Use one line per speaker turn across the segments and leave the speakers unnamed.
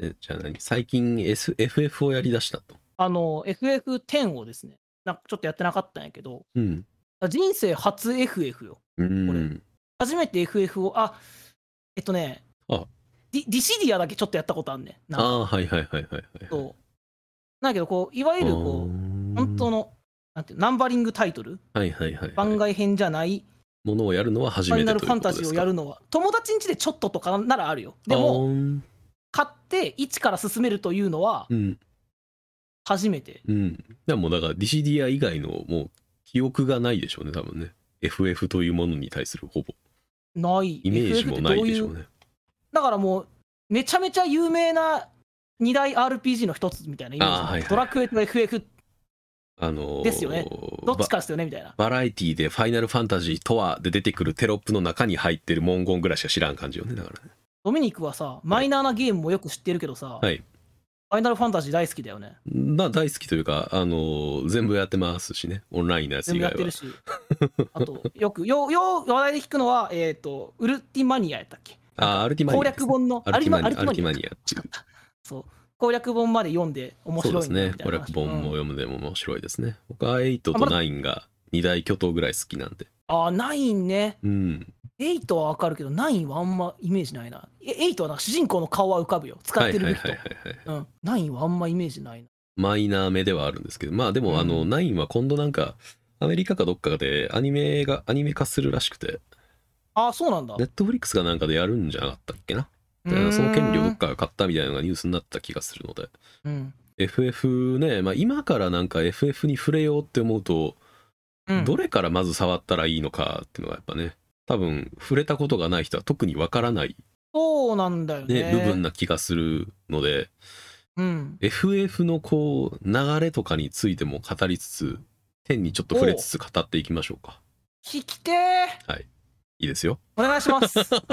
えじゃあ何最近、S、FF をやりだしたと。
あの、FF10 をですね、なんかちょっとやってなかったんやけど、
うん。
人生初 FF よ。
うん。
初めて FF を、あ、えっとね、
あ
ディディシディアだけちょっとやったことあんねん。
あ
なんか
あ、はいはいはいはいはい。
そう。なんやけど、こう、いわゆるこう、本
本
当の、なんていうナンバリングタイトル、
はいはいはい、
番
はい。
外編じゃない、
ものをやるのは初
フ
め
ァ
てと
イナ
いうこ
ルフ
と
ァンタジーをやるのは、友達ん家でちょっととかならあるよ。でも、
も、
買って一から進めるというのは
あーうん。
初めて。
うん。でもだから、ディシディア以外のもう記憶がないでしょうね、多分ね。FF というものに対するほぼ
ない。
イメージもないでしょ
FF ってど
う
ういう
ね。
だからもう、めちゃめちゃ有名な2大 RPG の一つみたいなイメージ。
あーはいはい
ドラクエと FF、
あのー
ですよねどっちかですよねみたいな。
バラエティで「ファイナルファンタジーとは」で出てくるテロップの中に入ってる文言ぐらいしか知らん感じよねだからね
ドミニクはさ、マイナーなゲームもよく知ってるけどさ、
はい
ファイナルファンタジー大好きだよね。
まあ大好きというか、あのー全部やってますしねオンラインのやつ
全
以
部やっ
外は
て るし。あと、よく、よう、よう話題で聞くのは、えっ、と、ウルティマニアやったっけ
あーアルティマニア
攻略本の、
アルティマニア
アルティマニ
アルテ
ア
ィマニアっていう
そう。攻略本まで読んで面
そうで
白い
す
んだ
ね
みたい
攻
な
略
話
本も
うん
読むでも面白いですね僕は8と
あまだ
9が2大巨頭ぐらい好きなんで
ああ、9ね。
うん
8はわかるけど、9はあんまイメージないな。え8はなんか主人公の顔は浮かぶよ。使
は
っ
い
て
は
る
い
武器
はいはい
と。
はい
うん。9はあんまイメージないな。
マイナー目ではあるんですけどまあで
うん
もあの9は今度なんかアメリカかどっかでアニメがアニメ化するらしくて
ああ、そうなんだ
ネ。ットフリックスがなんかでやるんじゃなかったっけな
う
だか
ーん
らその権利をどっかが買ったみたいなのがニュースになった気がするので
うん。
FF ね、まあ、今からなんか FF に触れようって思うと、
うん
どれからまず触ったらいいのかっていうのがやっぱね多分触れたことがない人は特にわからない、
そうなんだよ
ね
ね。
部分な気がするので
うん。
FF のこう流れとかについても語りつつ天にちょっと触れつつ語っていきましょうか
聞きて
い
ー
いですよ
お願い します。
というこ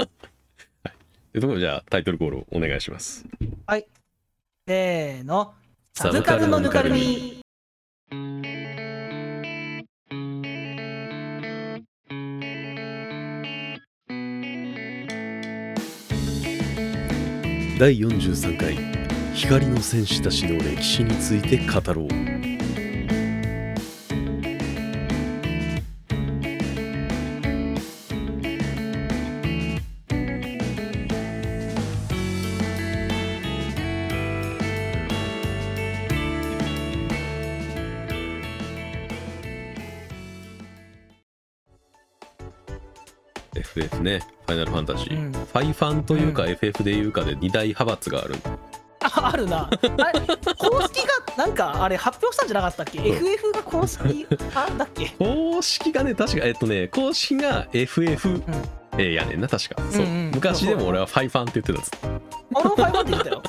とでじゃあタイトルコールをお願いします
せーの。
サ
サ
ブ
ブ
カ
カ
ル
ル
の
の
ぬ
ぬ
か
か
る
る
み
み。
第43回光の戦士たちの歴史について語ろうFF ね「ファイナルファンタジー」
うん
ファイファンというか FF でいうかで2大派閥がある
ああるな。あれ、公式が、なんか、あれ、発表したんじゃなかったっけ ?FF が公式あだっけ
公式がね確かえっとね公式が FF、えーやねんな確かそう、
うんうん
昔でも俺はファイファンって言ってたんです
俺もファイブって言ってたよ。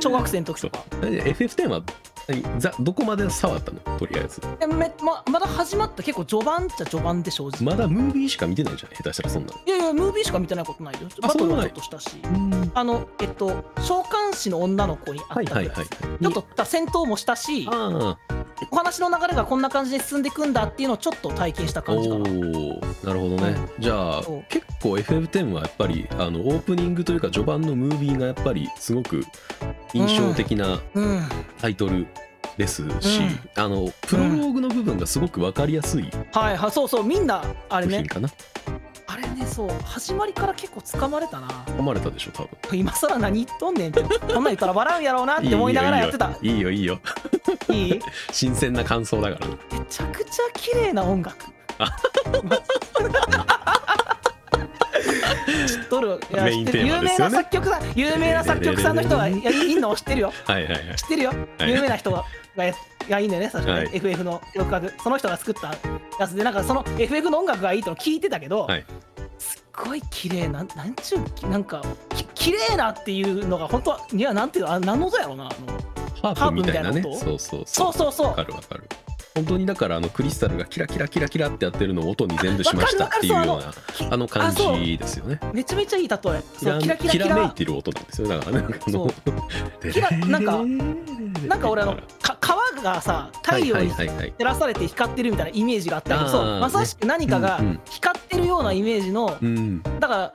小学生の時とか。
FF10 は何ざどこまで触ったのとりあえず
えめままだ始まった結構序盤っちゃ序盤で正直。
まだムービーしか見てないじゃん下手したらそんない
やいや、ムービーしか見てないことないよ。
あ
バトルも
そうなんや
ちょっとしたし。
の
あの、えっと、召喚師の女の子に
は
会
い
った
はい
時
はい
ちょっとだ戦闘もしたし、
あ
お話の流れがこんな感じで進んでいくんだっていうのをちょっと体験した
あお
感じかな。
おーなるほどね、じゃあ
そう
結構 FF10 はやっぱりあのオープニングというか序盤のムービーがやっぱりすごく印象的な
うん。
タイトルですし、
うん
あのプロローグの部分がすごく分かりやすい
はいはい、そうそう、みんな、あれ
作
ね
品、かな
あれね、そう、始まりから結構掴まれたな。
噛まれたでしょ多分
今更何言っとんねんって、こんなん言ったら笑うんやろうなって思いながらやってた。
いいよいいよ
いい
新鮮な感想だからね
めちゃくちゃ綺麗 な音楽。知っとるいや
メインテーマですよね
知ってる有名な作曲家有名な作曲さんの人がいやいいのを知ってるよ
はいはいはい
知ってるよ、
はい
有名な人ががや がいいんだよね確かに、
はい
FF の曲がその人が作ったやつでなんかその FF の音楽がいいってのを聞いてたけど、
はい
すっごい綺麗なんなんちゅうきなんかき綺麗なっていうのが本当はいやなんていうのあ何の音やろうなあの
ハープみたいなね
ハープみたいなこと
そうそう
そうそうそう
わかるわかる本当にだからあのクリスタルがキラキラキラキラってやってるのを音に全部しましたっていうような
き
あの感じですよね
めちゃめちゃいい例え
き
そう
ら
キラキラキラ
きらめいてる音なんですよだからねなんかあの
キラなんか
な
なん か俺あのか川がさ太陽に
はいはいはいはい
照らされて光ってるみたいなイメージがあったけど、
あー
そうまさしく何かが
うんうん
光ってるようなイメージの、
うん
だから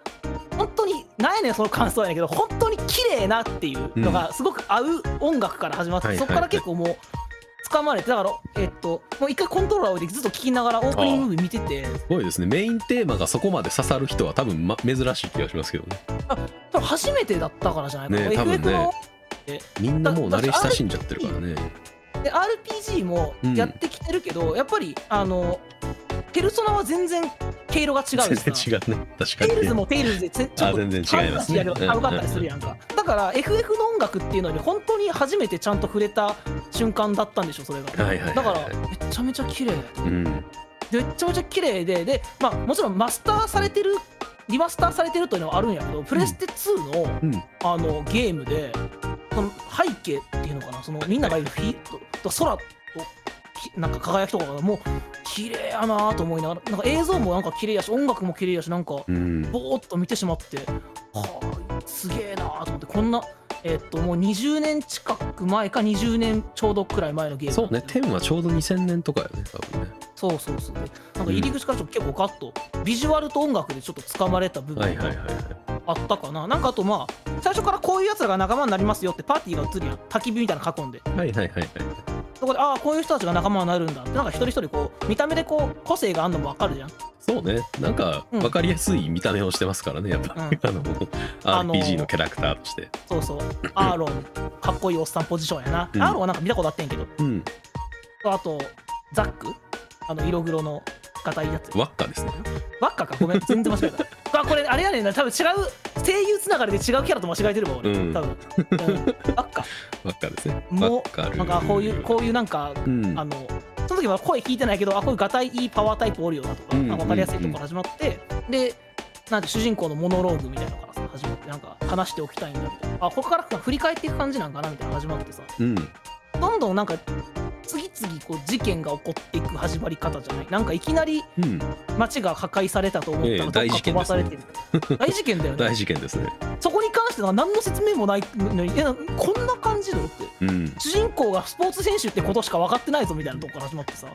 本当になんやねんその感想やねんけど本当に綺麗なっていうのがすごく合う音楽から始まって、
はい
そこから結構もう掴まれてだからえっともう一回コントローラー置いてずっと聴きながらオープニングムービー見てて
すごいですねメインテーマがそこまで刺さる人は多分、ま、珍しい気がしますけどね
多分初めてだったからじゃないかな、
ね多分ね
FF の
みんなもう慣れ親しんじゃってるからね
で RPG もやってきてるけど、やっぱりあのペルソナは全然毛色が違うしさ
全然違うね 確か
テイルズ
に
もテイルズでぜちょっ
あ
と
全然違いますね
ハンカチやけど
うん
軽かったりするやんかだから FF の音楽っていうのに本当に初めてちゃんと触れた瞬間だったんでしょそれが、
はいはいはい
だか
はい
らめちゃめちゃ綺麗
うん
でめちゃめちゃ綺麗ででまあもちろんマスターされてるリマスターされてるというのはあるんやけどプレステ2の,、
うん
あのゲームでその背景っていうのかなそのみんながいるフィーとと空ときなんか輝きとかがもう綺麗やなと思いながらなんか映像もなんか綺麗やし音楽も綺麗やしなんか
うん
ぼーっと見てしまって、はあ、すげえなーと思って、こんな、えっと、もう20年近く前か20年ちょうどくらい前のゲーム。
そうね天はちょうど2000年とかよね多分ね
そうそうそう。なんか入り口からちょっと結構ガッと、ビジュアルと音楽でちょっと掴まれた部
はい
分
はいはい
が
はい
あったかな。なんかあとまあ、最初からこういうやつらが仲間になりますよってパーティーが映るやん。焚き火みたいなの囲んで。
はいはいはいはい
そこで、ああ、こういう人たちが仲間になるんだって、なんか一人一人こう、見た目でこう、個性があるのもわかるじゃん。
そうねなんか
うん
分かりやすい見た目をしてますからねやっぱ、
うん
あの
あのー
RPG のキャラクターとして
そうそう。アーロン、かっこいいおっさんポジションやな。
うん
アーロンはなんか見たことあってんけど。
うん
あと、ザックあの、色黒の硬いやつ。
輪っかですね
輪っかか、ごめん、全然間違え た。あ、これ、あれやねんな、多分違う、声優つながりで違うキャラと間違えてるもん、俺、
うん
多分。うん、輪っか。
輪っかですね輪っ
も
か
う、なんか、こういう、こういう、なんか、
うん
あの、その時は声聞いてないけど、あ、こういうガタイいいパワータイプおるよなと
う
か、
ん
なんか分かりやすいとこから始まって、で、なんて主人公のモノローグみたいなのからさ、始まって、なんか、話しておきたいんだみたいな。あ、ここから振り返っていく感じなんかなみたいな、始まってさ。
うん
どんどんなんか次々こう事件が起こっていく始まり方じゃないなんかいきなり
うん
街が破壊されたと思ったら
ええ
どっか
大事
飛
件
ば
です
さ
ね
れてる、大事件 だよ
大
ね
事件ですね
そこに関しては何の説明もないのにいやこんな感じだよって
うん
主人公がスポーツ選手ってことしか分かってないぞみたいなとこから始まってさ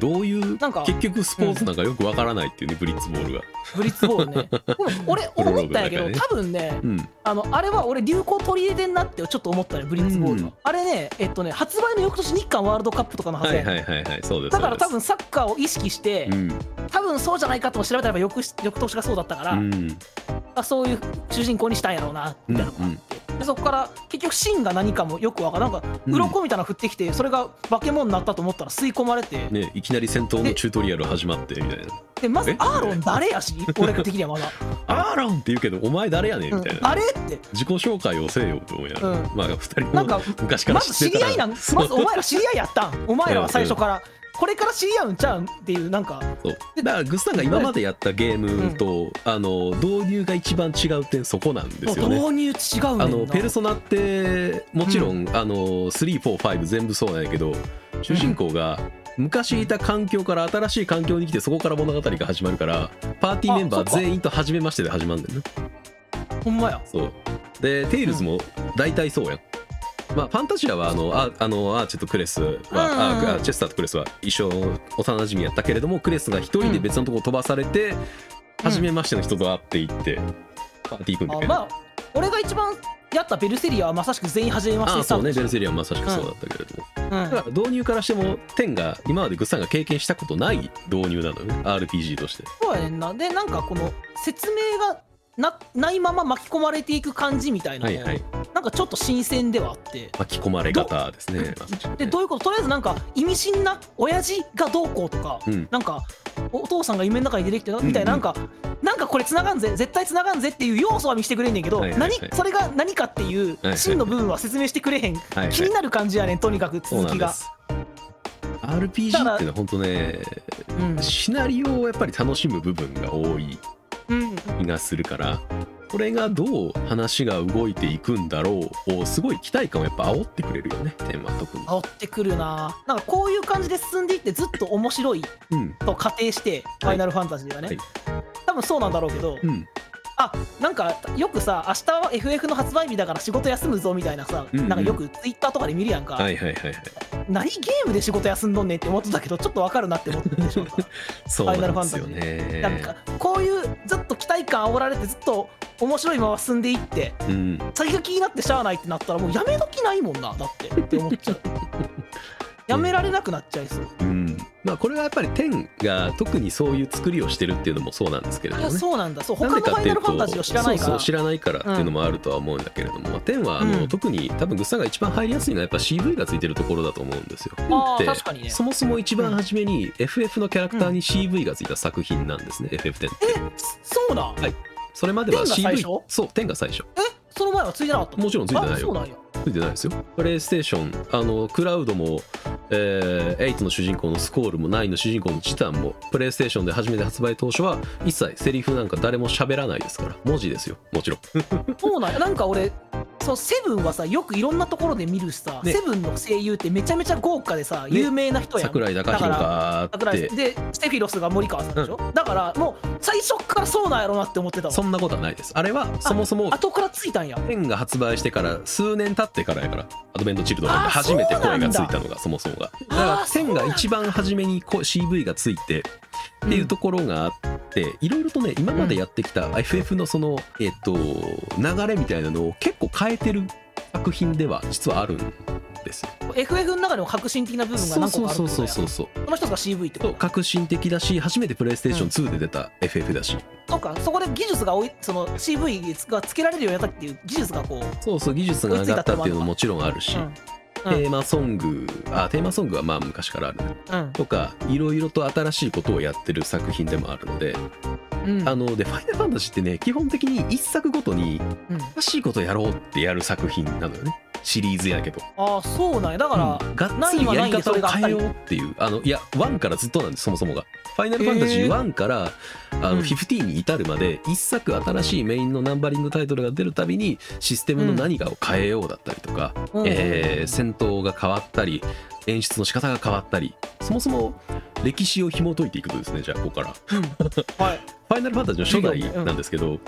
どういう
なんか
結局スポーツなんかよくわからないっていうね、ブリッツボールが
ブリッツボール ねでも俺
モノロ
思
ー
っ
グ
た
だか
んやけ
ら
ど
ね
多分ね
うん
あのあれは俺流行取り入れてんなってちょっと思ったねブリッツボールは、
うん
あれねえっとね発売の翌年日韓ワールドカップとかのはず
は
やね
いは
ん
いはいはいそうです
だから多
そう
分サッカーを意識して、
です
多分そうじゃないかとも調べたらやっぱ翌翌年がそうだったから、
うんうん
あそういう主人公にしたんやろうなみたいなのがあって、でそこから結局シーンが何かもよくわからんなんか
うん
鱗みたいなの降ってきて、それが化け物になったと思ったら吸い込まれて、
ねいきなり戦闘のチュートリアル始まってみたいな
でまず
え
アーロン誰やし俺的にはまだ、
「アーロン!」って言うけど「お前誰やね ん」みたいな、
うんあれって
自己紹介をせえよと思いながら、
うん
まあ二人
な
も
んか
昔から
ま
知
ず
って
知
た
り
ら
合いなんまず
そう
お前ら知り合いやったんお前らは最初から、これから知り合うんちゃうんっていうなんか
そうだからグッズさんが今までやったゲームと、あの導入が一番違う点そこなんですよね。
導入違うね
あ
ん
の
な
ペルソナってもちろん、あの345全部そうなんやけど主人公が昔いた環境から新しい環境に来てそこから物語が始まるからパーティーメンバ
あそ
ー
っか
全員と初めましてで始まるんだよね。
ほんまや
そうでテイルズも大体そうやん。まあ、ファンタジアはあのああのアーチェとクレスは、
うんうんうん
ああチェスターとクレスは一緒幼馴染やったけれどもクレスが一人で別のとこ飛ばされて、初めましての人と会っていってパーティー行くんだ
あ
けど、
まあ俺が一番やったベルセリアはまさしく全員初めまして
あ
スタ
そうね
ー
ベルセリアはまさしくそうだったけれども、
トうん
だから導入からしてもテンが今までグッサンが経験したことない導入なのよね RPG として
そうやねんなでなんかこの説明がなないまま巻き込まれていく感じみたいな
は
の
い
も、
はい
なんかちょっと新鮮ではあって
巻き込まれ方ですねまさしくね
でどういうこととりあえずなんか意味深な親父がどうこうとか、
うん
なんかお父さんが夢の中に出てきてみたいな、
うんうん
なんかなんかこれ繋がんぜ絶対繋がんぜっていう要素は見せてくれんねんけど、
はいはいはい
何それが何かっていう
はい
真の部分は説明してくれへん、
はいはい
気になる感じやねんとにかく
そう
続
なん
き
で
が
す RPG っていうのは本当ね
うん
シナリオをやっぱり楽しむ部分が多い
うん
気がするからこれがどう話が動いていくんだろうをすごい期待感をやっぱ煽ってくれるよねテーマは特に。
煽ってくるななんかこういう感じで進んでいってずっと面白い
うん
と仮定して、ファイナルファンタジーはね、
はい
多分そうなんだろうけど、
うん
あなんかよくさ、明日は FF の発売日だから仕事休むぞみたいなさ、
うんうん
なんかよくツイッターとかで見るやんか、
はいはいはいはい
何ゲームで仕事休んどんねんって思ってたけど、ちょっとわかるなって思って しまった。
そうなんですよ
ファイナ
ね。
なんかこういうずっと期待感煽られてずっと面白いまま進んでいって
うん
先が気になってしゃあないってなったらもうやめ時ないもんなだってって思っ ちゃうやめられなくなっちゃいそう
うんまあこれはやっぱり天が特にそういう作りをしてるっていうのもそうなんですけれど
い
も
や
ね
そうなんだそう他
なん
の
で
フ
かっ
ァイ
てい
ナ
う
ルファンタ
と
ジーを知らな
そう
いか
そう
ら
知らないからっていうのもあるとは思うんだけれども、天はあの、
うん
特に多分グッサンが一番入りやすいのはやっぱ CV がついてるところだと思うんですよ。天
あ
っ
あ
て
確かにね
そもそも一番初めに FF のキャラクターに CV がついた作品なんですね、FF10 って
そうだ
それまでは
天が最
CV
初
そう天が最初
えその前はついてなかったの
もちろんついてないよ
あそうなんや
ついてないですよプレイステーションあのクラウドも、えー、8の主人公のスコールも9の主人公のチタンもプレイステーションで初めて発売当初は一切セリフなんか誰も喋らないですから文字ですよもちろん
そうなんやなんか俺そうセブンはさよくいろんなところで見るしさ、
ね
セブンの声優ってめちゃめちゃ豪華でさ、
ね
有名な人やん
桜井
だ
貴
から
弘
だか
からって
でステフィロスが森川さんでしょ、だからもう最初っからそうなんやろなって思ってたわ
そんなことはないですあれはそもそも
後からついたんや
ペンが発売してから数年経ってからやからアドベントチルドレンで初めて声がついたのがそもそもがだから
あー
ペンが一番初めにこう CV がついてっていうところがあっていろいろとね今までやってきた FF のそのえっと流れみたいなのを結構変えてる作品では実はあるんですよ
FF の中でも革新的な部分が
そう
何個
そ
か
う
あるって
そう
こと
そう
やそ
そうそう
の人が CV ってこ
そう
とか
革新的だし初めてプレイステーション2で出た FF だし
そうかそこで技術がおいその CV がつけられるようになったっていう技術がこう、
そうそう技術が上がったっていうのももちろんあるし
う
テ
んうん
ーマソングあテーマソングはまあ昔からあるね
う
とかいろいろと新しいことをやってる作品でもあるので、
んうん
あので「ファイナルファンタジー」ってね基本的に一作ごとに
うん
新しいことをやろうってやる作品なのよねシリーズやけど、
ああそうなんやだから、
うんがっつりやり方を変えようっていうあのいや1からずっとなんですそもそもが「ファイナルファンタジー
へー
1」からあ
うん
の15に至るまで一作新しいメインのナンバリングタイトルが出るたびにシステムの何かを変えようだったりとか、
うん
えー戦闘が変わったり演出の仕方が変わったりそもそも歴史を紐解いていくとですねじゃあここから「
はい
ファイナルファンタジー」の初代なんですけど、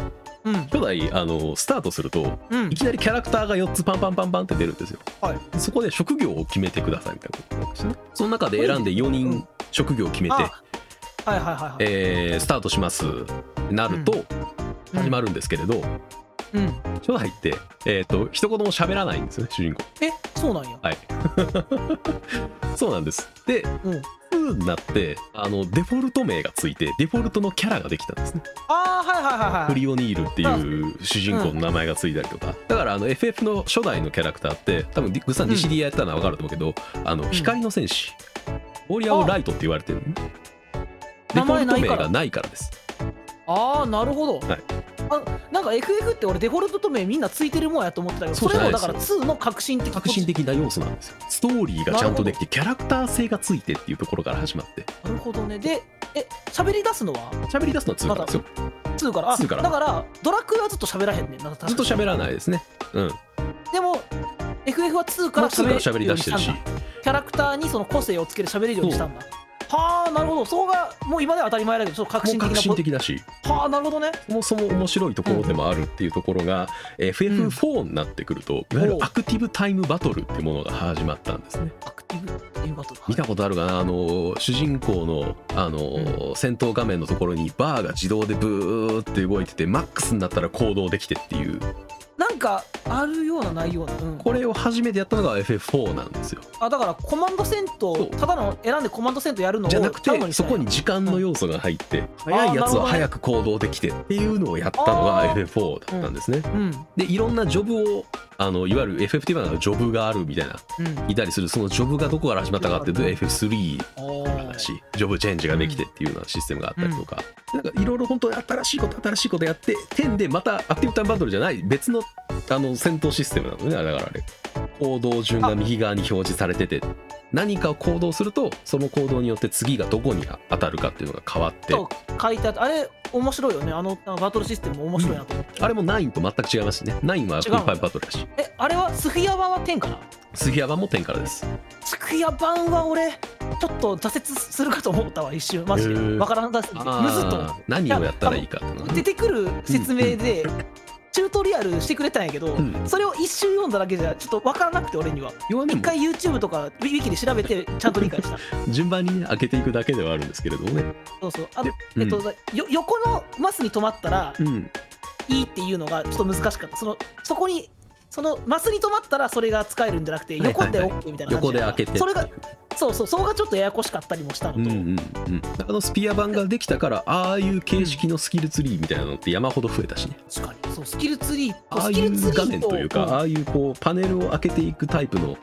うん
初代あのスタートすると
うん
いきなりキャラクターが4つパンパンパンパンって出るんですよ、
はい
そこで職業を決めてくださいみたいなことなんですねその中で選んで4
う
人
ん
職業を決めて、
あはいはいはいはい
えースタートしますなると
うん
始まるんですけれど、
うん
初代って、えー、と一言も喋らないんですよね主人公
えそうなんや
そうなんですで
うん
2になってあのデフォルト名がついてデフォルトのキャラができたんですね
ああはいはいはいはい
フリオニールっていう主人公の名前がついたりとか、だからあの FF の初代のキャラクターって多分グッサン
うん
DCD やったのは分かると思うけど、あの
ん
光の戦士ウォリアをライトって言われてるのねデ
名
フォ
前
ル
な
ト
い
名
から
がないからです
ああなるほど、
はい
あなんか FF って俺デフォルトと名みんなついてるもんやと思ってたけど
そう
そ
じゃ
れ
ない
も
で
だ
すよ
から2の革新的
革新的な要素なんですよストーリーがちゃんとできてキャラクター性がついてっていうところから始まって
なるほどねでえ喋り出すのは
喋り出すのは2からですよ
2からあ
2から
だからドラクエはずっと喋らへんねんなんか
ずっ
確
と
か
喋らないですねうん
でも FF は2から
2から
喋
喋
る
り
よう
出し
にしてた
るし
んだキャラクターにその個性をつける喋れるようにしたんだはあなるほどそこがもう今では当たり前だけどちょっと革
もう革
新的な
新的だし
はあなるほどね
そもそも面白いところでもあるっていうところが、えー
うん
FF4 になってくると、いわゆるアクティブタイムバトルっていうものが始まったんですね。
アクティブっていうことだ
見たことあるかなあのー主人公の、あのー戦闘画面のところにバーが自動でブーって動いててマックスになったら行動できてっていう
なんかあるようなないような、うん、
これを初めてやったのが FF4 なんですよ。
あだからコマンド戦
そう
闘ただの選んでコマンド戦闘やるのを
じゃなく
やるの
てそこ
したんや
に時間の要素が入って、
ん
早いや
あーなる
つ
ほど
は
ね
早く行動できてっていうのをやったのが
あー
FF4 だったんですね。
うん
でいろんなジョブをあのいわゆる FF っていうのはジョブがあるみたいな
うん
いたりするそのジョブがどこから始まったかっていうと
うん
FF3
あ
だしジョブチェンジができてっていうようなシステムがあったりとか、なんかいろいろ本当に新しいこと新しいことやって点でまたアクティブタイムバトルじゃない別のあの戦闘システムなのねだからあれ行動順が右側に表示されてて何かを行動するとその行動によって次がどこに当たるかっていうのが変わって
と書いてあってあれ面白いよねあのなんかバトルシステムも面白いなと思って、
あれも9と全く違いますしね9はアクティブタイムバトルだし
えあれはスフィア版は10かな
杉山も点からです
スフィア版は俺ちょっと挫折するかと思ったわ一瞬マジで
へー
わからなさすぎてむずっと思っ
あー何をやったらいいかっていうの
て
が
出
ね
てくる説明で、チュートリアルしてくれたんやけど、
うん
それを一周読んだだけじゃちょっとわからなくて俺には
要はね
一回 YouTube とかウィキで調べてちゃんと理 解した
順番にね開けていくだけではあるんですけれどもね
そうそうあ
で
えっと、よ横のマスに止まったら
うん、
いいっていうのがちょっと難しかったそのそこにそのマスに止まったらそれが使えるんじゃなくて
はいはい
横で OK みたいな感じだから、
横で開けて
それがそうそうそこがちょっとややこしかったりもしたの
う
と、
んうんうん、あのスピア版ができたからああいう形式のスキルツリーみたいなのって山ほど増えたしね
確かにそうスキルツリー
ああ
ス
い
キルツ
う
リー
画面というか
ん
ああいうこうパネルを開けていくタイプの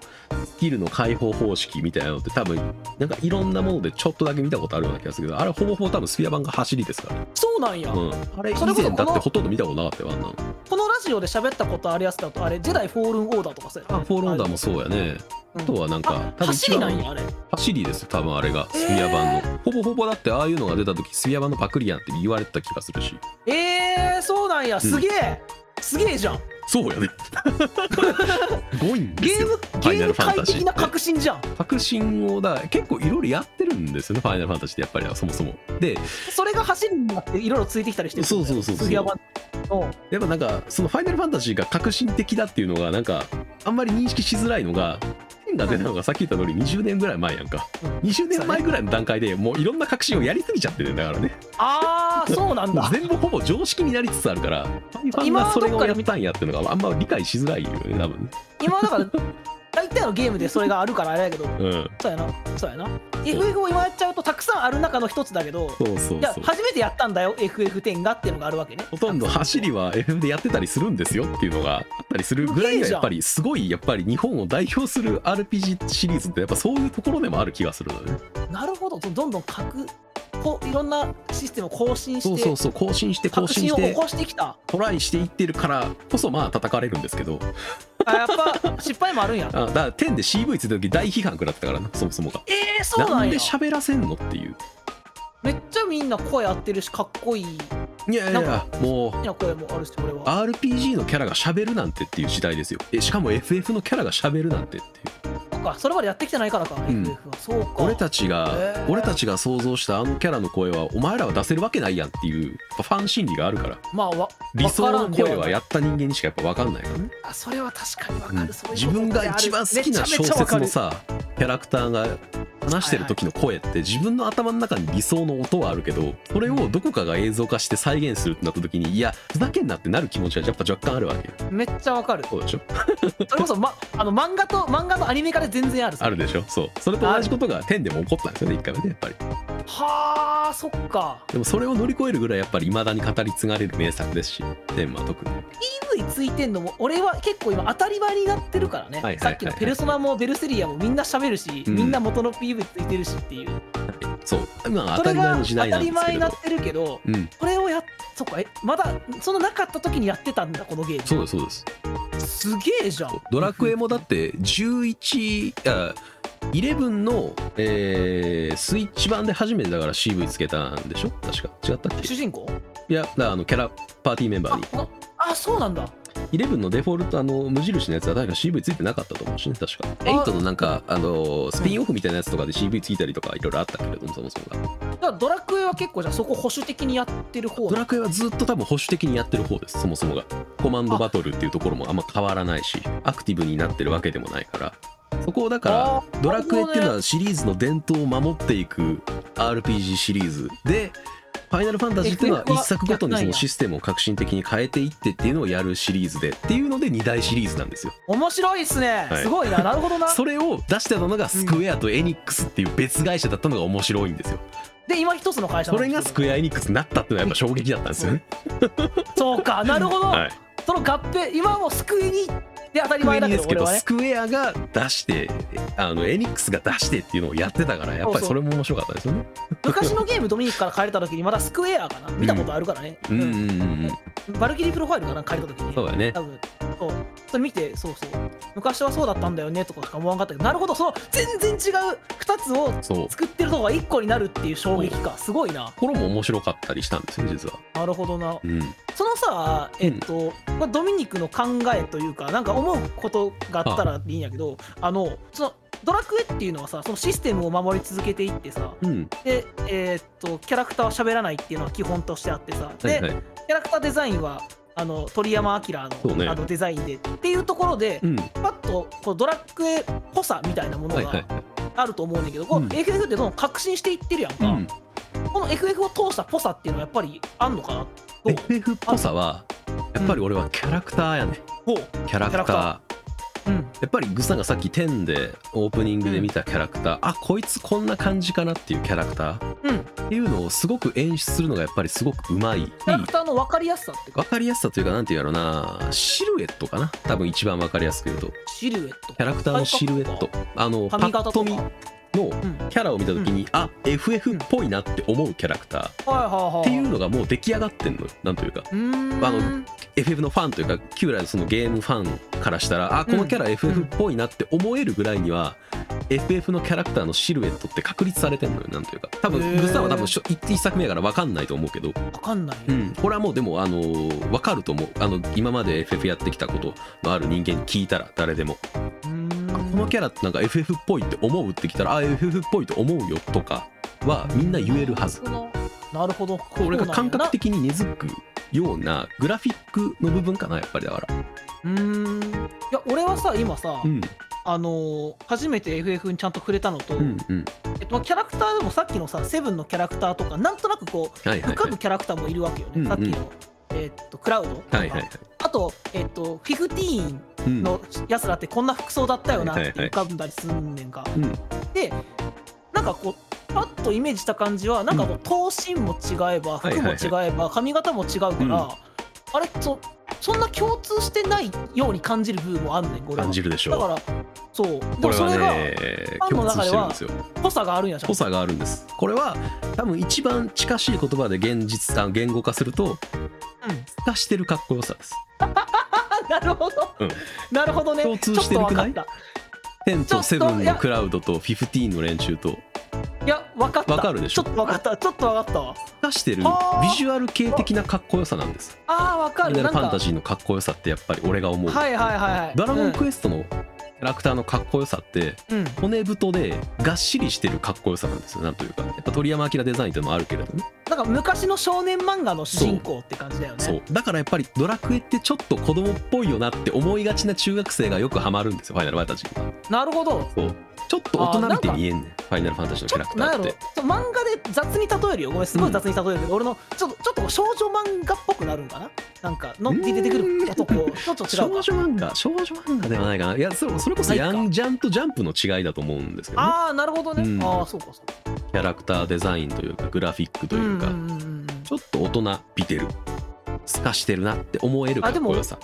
スキルの解放方式みたいなのって多分なんかいろんなものでちょっとだけ見たことあるような気がするけどあれほぼほぼ多分スピア版が走りですからね、
そうなんや、
うん、あれ以
それこそ
前だっ
こ
て
の
ほとんど見たことなかったよあんなの
このラジオで喋ったことあるやつだとあれ「ジェダイ・フォールン・オーダー」とかそうや
あフォールオーダーも
う
そうやね
うん
あとはなんか多分一
走りなん
番
やあれ
走りですよ多分あれがスピア版の、
え
ほぼほぼだってああいうのが出た時スピア版のパクリやんって言われてた気がするし
えー、そうなんやすげえ、すげえじゃん
そう やねすごいんで
ゲ
す
ー
よ
ム
ファイ
ゲ
ナル
ーム
ファンタ
界
ジー
的な革新じゃん
革新をだ結構いろいろやってるんですよねファイナルファンタジーってやっぱりそもそもで
それが走るんだっていろいろついてきたりしてる
そうそうそうそう
スギア版の
やっぱなんかそのファイナルファンタジーが革新的だっていうのがなんかあんまり認識しづらいのが10が出たのがさっき言った通り20年ぐらい前やんか
うん
20年前ぐらいの段階でもういろんな革新をやりすぎちゃってるんだからね
ああそうな んだ
全部ほぼ常識になりつつあるからファイファン
今
が
は
それ
どっ
を
か
や
で
ったんやっていうのがあんま理解しづらいよね多分ね
今だから大体のゲームでそれがあるからあれやけど
うん
そうやなそうやな FF を今やっちゃうとたくさんある中の一つだけど
そうそう
いや
そう
初めてやったんだよ FF10 がっていうのがあるわけね
ほとんど走りは FM でやってたりするんですよっていうのがあったりするぐらいがやっぱりすごいやっぱり日本を代表する RPG シリーズってやっぱそういうところでもある気がするのね
なるほどどんどん各こういろんなシステムを更新して
そうそうそう更新して更
革
新
新
し
を起
て
こしてきた
トライしていってるからこそまあ叩かれるんですけど
あやっぱ失敗もあるんや
あだから10で CV ついた時大批判食らってたからなそもそもが
えー、そう
な
なん
ん
や
で喋らせんのっていう
めっちゃみんな声合ってるしかっこいい
いやいやいやもう
いや声もあるし俺は
RPG のキャラが喋るなんてっていう時代ですよえしかも FF のキャラが喋るなんてっていう
そっかそれまでやってきてないからか、
ん
FF はそうか
俺たちが、
へー
俺たちが想像したあのキャラの声はお前らは出せるわけないやんっていうやっぱファン心理があるから
まあわ
理想
わから
の
んで
声
はな
はいやった人間にしかやっぱ分かんないからね、
あそれは確かにわか
う
る、
ん
そういう
自分が一番好きな小説の
さ
さキャラクターが話してる時の声って自分の頭の中に理想の音はあるけどそれをどこかが映像化して再現するってなった時にいやふざけんなってなる気持ちはやっぱ若干あるわけよ
めっちゃわかる
そうでしょ
それこそ、ま、あの漫画と漫画のアニメ化で全然ある
あるでしょそうそれと同じことが天でも起こったんですよね一回目ねやっぱり
はあそっか
でもそれを乗り越えるぐらいやっぱり未だに語り継がれる名作ですし天は特に
EV ついてんのも俺は結構今当たり前になってるからね、
いはいはい
さっきの「ペルソナ」も「ベルセリア」もみんな喋るし、
うん
みんな元の PV ついてるしっていう
そう今は
そ
当た
れ
り前
が
の
当
時代な
た
んで
り
す
前
け
に
れ
な
ど
ってるけど
うん
これをやっそっかえまだそのなかった時にやってたんだこのゲーム
そうですそうです
すげえじゃん
ドラクエもだって11あ11の、えースイッチ版で初めてだから CV つけたんでしょ確か違ったっけ
主人公
いやだからあのキャラパーティーメンバー
あ
に
ああそうなんだ
11のデフォルトあの無印のやつは確か CV ついてなかったと思うしね確か
あ
8のなんかあのスピンオフみたいなやつとかで CV ついたりとかいろいろあったけれどもそもそもが
だからドラクエは結構じゃあそこ保守的にやってる方
ドラクエはずっと多分保守的にやってる方ですそもそもがコマンドバトルっていうところもあんま変わらないしアクティブになってるわけでもないからそこをだか
あ
ら
ー
ドラクエっていうのはシリーズの伝統を守っていく RPG シリーズでファイナルファンタジーっていうのは
FF は
一作ごとに
や
そ
ったん
の
や
システムを革新的に変えていってっていうのをやるシリーズでっていうので2大シリーズなんですよ
面白いっすね、
はい
すごいななるほどな
それを出してたのがスクエアとエニックスっていう別会社だったのが面白いんですよ
で今一つの会社
それがスク
エ
エアエニックスになったっていうのはやっぱ衝撃だったんですよね
そ うかなるほど、
はい
その合併今はもうスクエニで当た
スクエ
り前
ニ
だけ
です
ど
け
俺
ど、
はね
スクエアが出してあのエニックスが出してっていうのをやってたからやっぱりそれも面白かったですよね
昔のゲームドミニクから借りた時にまだスクエアかな見たことあるからね、
うんうんうんうん
バルキリープロファイルかな借りた時に
そうだね
多分そうそれ見てそうそう昔はそうだったんだよねとかしか思わんかったけどなるほどその全然違う2つを
そう
作ってる方が1個になるっていう衝撃かすごいな
これも面白かったりしたんですよ実は
なるほどな
うん
そのさえっと、まあ、ドミニクの考えというかなんか思うことがあったらいいんやけどあのそのドラクエっていうのはさそのシステムを守り続けていってさ
うん
で、えーっとキャラクターは喋らないっていうのは基本としてあってさで、
はいはい
キャラクターデザインはあの鳥山明
そう
の,、
ね
あのデザインでっていうところで、
うん
パッとこうドラクエっぽさみたいなもの
はいはい
があると思うんだけど、こう
うん
FF ってどんどん革新していってるやん
う
か、
ん
この FF を通したぽさっていうのはやっぱりあんのかなどう
FF っぽさはやっぱり俺はキャラクターやね
ほう
キャラクター
キャラうん
やっぱりグさんがさっき「10」でオープニングで見たキャラクター、あこいつこんな感じかなっていうキャラクター
うん
っていうのをすごく演出するのがやっぱりすごくうまいいい
キャラクターの分かりやすさっていうか
分かりやすさというかなんていうんやろなシルエットかな多分一番分かりやすく言うと
シルエット
キャラクターのシルエットあのパッ
髪型
と
とか
見
はい
の
ん
キャラを見た時に、あ FF っぽいなって思うキャラクターっ
はいはい
ていうのがもう出来上がってんのよなんというか
うーん
あの FF のファンというか旧来のそのゲームファンからしたらあこのキャラ FF っぽいなって思えるぐらいには、FF のキャラクターのシルエットって確立されてんのよなんというか多分
へー
グッサンは多分しょ一一作目やから分かんないと思うけど、
分かんないよ、
うん、これはもうでもあのー分かると思うあの今まで FF やってきたことのある人間に聞いたら誰でも
うーん
あこのキャラってなんか FF っぽいって思うってきたらあ FF っぽいと思うよとかはみんな言えるはず
なるほどこ
これが感覚的に根付くようなグラフィックの部分かなやっぱりだから。
うーんいや俺はさ今さ、
うん
あのー初めて FF にちゃんと触れたのと、
うんうん
えっと、キャラクターでもさっきのさセブンのキャラクターとかなんとなくこう
はいはい
浮か
は
ぶキャラクターもいるわけよね、
うんうん
さっきの、えっとクラウドと
い。
か、
はいはいはい。
あと、えっと、フィフティーン
うん
のやつらってこんな服装だったよなっ
は
て
いはいはい
浮かんだりすんねんか、
うん
でなんかこうパッとイメージした感じはなんかこう頭身も違えば
はい
服も
はいは
違えば髪型も違うから、
うん
あれそそんな共通してないように感じる部分もあんねんこれは
感じるでし
だ
ょ
か
う。
らそうで
こ
も
れ
そ
は
れが
ね
ファン
共
の
通し
中で
てるん
は
ですよ。
濃さがあるんやじゃん
濃さがあるんです。これは多分一番近しい言葉で現実あ言語化すると
うん
化してるかっこよさです。
あなるほど、
うん
なるほどね
共通してるくない
ちょっと分かっ
テン
ちょっ
と
と
セブン
い
の
や
クラウドとフィフティーンの連中と
たいや分かった
分かるでしょ
ちょっと分かったちょっと分かったわ
化してる
あー
ビジュアル系的なかっこよさなんです。
あー分
フ
か
ァイ
る
ナ
な
ルファ
んか
ンタジーのかっこよさってやっぱり俺が思う。
はいはいはいはい
ドラゴンクエストのキャラクターのかっこよさって
うん、うん
骨太でがっしりしてるかっこよさなんですよなんというかやっぱ鳥山明デザインというのもあるけれども
なんか昔の少年漫画の主人公って感じだよね。
そうだからやっぱりドラクエってちょっと子供っぽいよなって思いがちな中学生がよくハマるんですよファイナルファンタジーには
なるほど。
そうちょっと大人びて見えんねんファイナルファンタジーのキ
ち
ャ
ょ
ラ
っ
ク
と
タ
なんや
ーっ
ろ
て
そう漫画で雑に例えるよ。ごめん、すごい雑に例えるけど、俺のちょっとちょっと少女漫画っぽくなるんかな。なんかのって出てくる 男、ちょっと違
少女
うか。
漫画少女漫画ではないかないやそれそれこそ
ないか
ヤンジャンとジャンプの違いだと思うんですけど、ね、
ああ、なるほどね。
うん
ああ、そうかそうか。
キャラクターデザインというかグラフィックというか、
んんんん
ちょっと大人びてる透かしてるなって思えるかっこよさ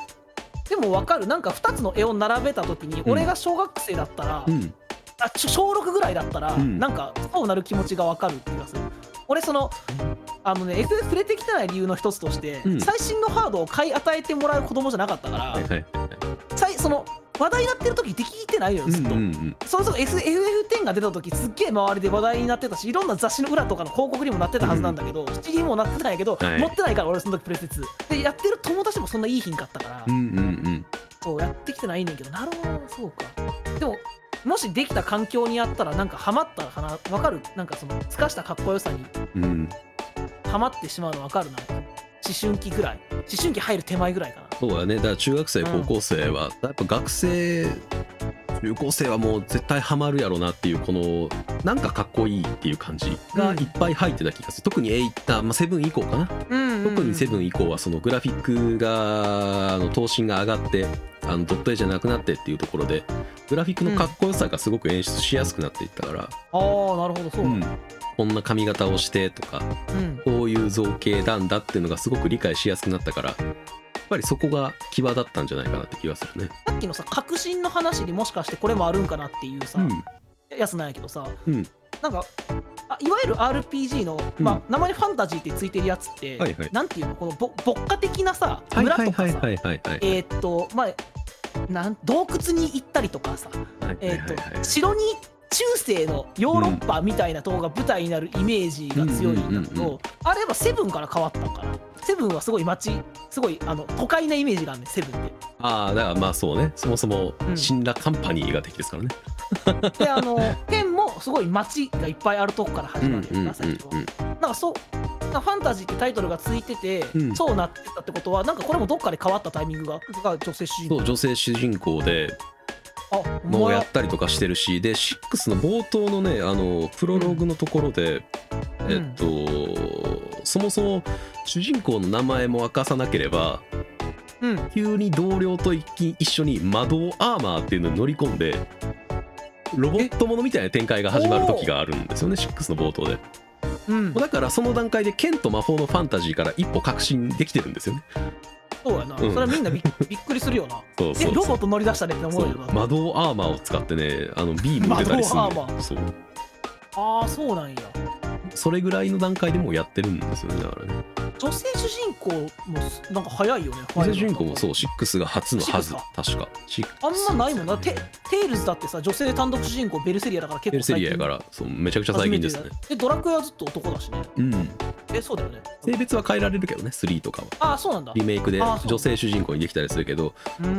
でもわかる。なんか二つの絵を並べた時に、
ん
俺が小学生だったら、
うん
あちょ小6ぐらいだったら、
うん
なんかそうなる気持ちがわかる気がする俺そのあのね FF 触れてきてない理由の一つとして、
うん
最新のハードを買い与えてもらう子供じゃなかったから、
はいはいはい
さいその話題になってる時できてないのよ
うん
ずっと、
うんうん
それこそ FF10 が出た時すっげえ周りで話題になってたしいろんな雑誌の裏とかの広告にもなってたはずなんだけど、七輪もなってないけど、
はい
持ってないから俺その時プレステ2でやってる友達もそんないい品買ったから、
うんうんうん
そうやってきてないねんけどなるほどそうかでももしできた環境にあったらなんかハマったらかなわかるなんかそのつかしたかっこよさに
うん
ハマってしまうのわかるな思春期ぐらい思春期入る手前ぐらいかな
そうだねだから中学生
うん
高校生は、やっぱ学生中高生はもう絶対ハマるやろなっていうこのなんかかっこいいっていう感じがいっぱい入ってた気がする、特にエイター、まあ、セブン以降かな、
うん
特にセブン以降はそのグラフィックがあの等身が上がってあのドット絵じゃなくなってっていうところでグラフィックのかっこよさがすごく演出しやすくなっていったから、
ああなるほどそう
うんこんな髪型をしてとか
うん
こういう造形なんだっていうのがすごく理解しやすくなったからやっぱりそこが際立ったんじゃないかなって気がするね。
さっきのさ革新の話にもしかしてこれもあるんかなっていうさ、やつなんやけどさ、
うん
なんかあいわゆる RPG の、
うん
まあ、名前にファンタジーってついてるやつって、
はいはい
なんていうのこのぼ牧歌的なさ
はい
村とか
は
さ、
いはいはいはいはい
えーっとまあなん洞窟に行ったりとかさ、
はい
えーっ
は
と
いはいはい
城に中世のヨーロッパみたいな塔が舞台になるイメージが強いんだけ
うんうんうんうん
どあれはセブンから変わったんかなセブンはすごい街すごいあの都会なイメージがあるねセブンって。
ああだからまあそうねそもそも
うん
辛辣カンパニーが敵ですからね。
で あの県もすごい街がいっぱいあるとこから始まるよな最初は。なんかそうなんかファンタジーってタイトルがついてて、
うん
そうなってたってことはなんかこれもどっかで変わったタイミングがが女性主
そ
人公
う女性主人公で
あ
もうやったりとかしてるしで6の冒頭のねあのプロローグのところで、
うん
えっとそもそも主人公の名前も明かさなければ
うん
急に同僚と一気一緒に魔導アーマーっていうのに乗り込んでロボットものみたいな展開が始まる時があるんですよね6の冒頭でも
うん
うだからその段階で剣と魔法のファンタジーから一歩確信できてるんですよね
そうやな、
うん
それはみんなびっびっくりするよな
そう
え
そう
ロ
そ
ボッ
う
ト乗り出したねって
そ
思うよ
う
な
魔導アーマーを使ってねあのビーム出たりするん
魔導アーマ
でそう
ああそうなんや
それぐらいの段階でもうやってるんですよねだからね
女性主人公もすなんか早いよね
女性主人公もそうう6が初のはず
6か
確か6
あんまないもんなテテイルズだってさ女性単独主人公ベルセリアだから結
ベ
構
ルセリアやかららそうめちゃくちゃ最近ですね
でドラクエはずっと男だしね
うん
えそうだよね
性別は変えられるけどね3とかは
ああそうなんだ
リメイクで
あそう
女性主人公にできたりするけど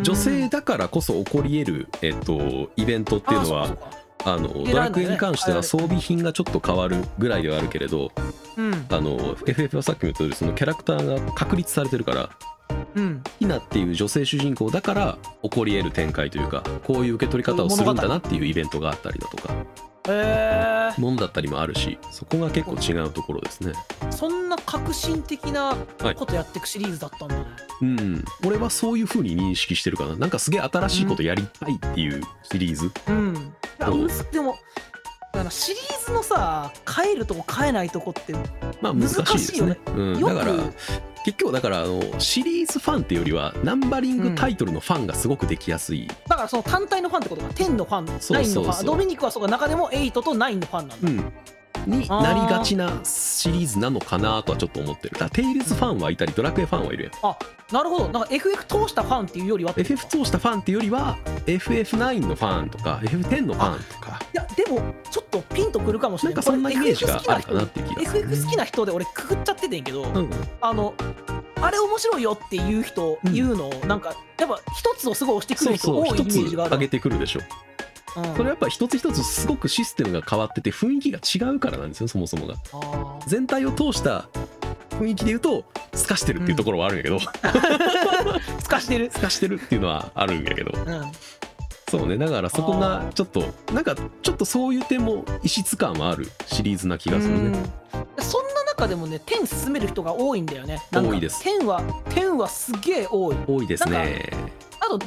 女
っ
性だからこそ起こり得る、えっと、イベントっていうのはあの
選んだね
ドラクエに関しては装備品がちょっと変わるぐらいではあるけれど
うん
あの FF はさっきも言ったようにそのキャラクターが確立されてるから
うん
ヒナっていう女性主人公だから起こり得る展開というかこういう受け取り方をするんだなっていうイベントがあったりだとか
え
もんだったりもあるしそこが結構違うところですね。
ー、そんな革新的なことやっていくシリーズだったんだね、
うん、俺はそういう風に認識してるかななんかすげえ新しいことやりたいっていうシリーズ、
うんいや
そう
むずでもあのシリーズのさ変えるとこ変えないとこって
まあ難しいですね
難し
うん、
よく
だから結局だからあのシリーズファンっていうよりはナンバリングタイトルのファンがすごくできやすい、
だからその単体のファンってことか10のファン
そうそうそう
9のファンドミニクはそうか中でも8と9のファンなんだ、
うんになりがちなシリーズなのかなとはちょっと思ってるだからテイルズファンはいたりドラクエファンはいるやん
なるほどなんか FF 通したファンっていうよりはってこと
FF
か
通したファンっていうよりは FF9 のファンとか FF10 のファンとか
いやでもちょっとピンとくるかもし
な
れ
ん
な
か
い
そんなイメージがあるかな
な
っていう気がする、
FF 好きな人で俺くくっちゃっててんけど、
うん
あのあれ面白いよっていう人
うん
言うのを、なんかやっぱ一つをすごい押してく
そ
る
う
人
そう
多いイ
一
メ
つ
ージがあ
上げ
る
てくるでしょ
うん
それはやっぱ一つ一つすごくシステムが変わってて雰囲気が違うからなんですよそもそもが
あー
全体を通した雰囲気で言うと透かしてるっていうところはあるんやけど、
透かしてる
透かしてるっていうのはあるんやけど
うん
そうねだからそこ
あ
が
ー
ちょっとなんかちょっとそういう点も異質感はあるシリーズな気がするね
うんそんな中でもね天進める人が多いんだよねなんか
多いです
天は天はすげえ多い
多いですね
あとど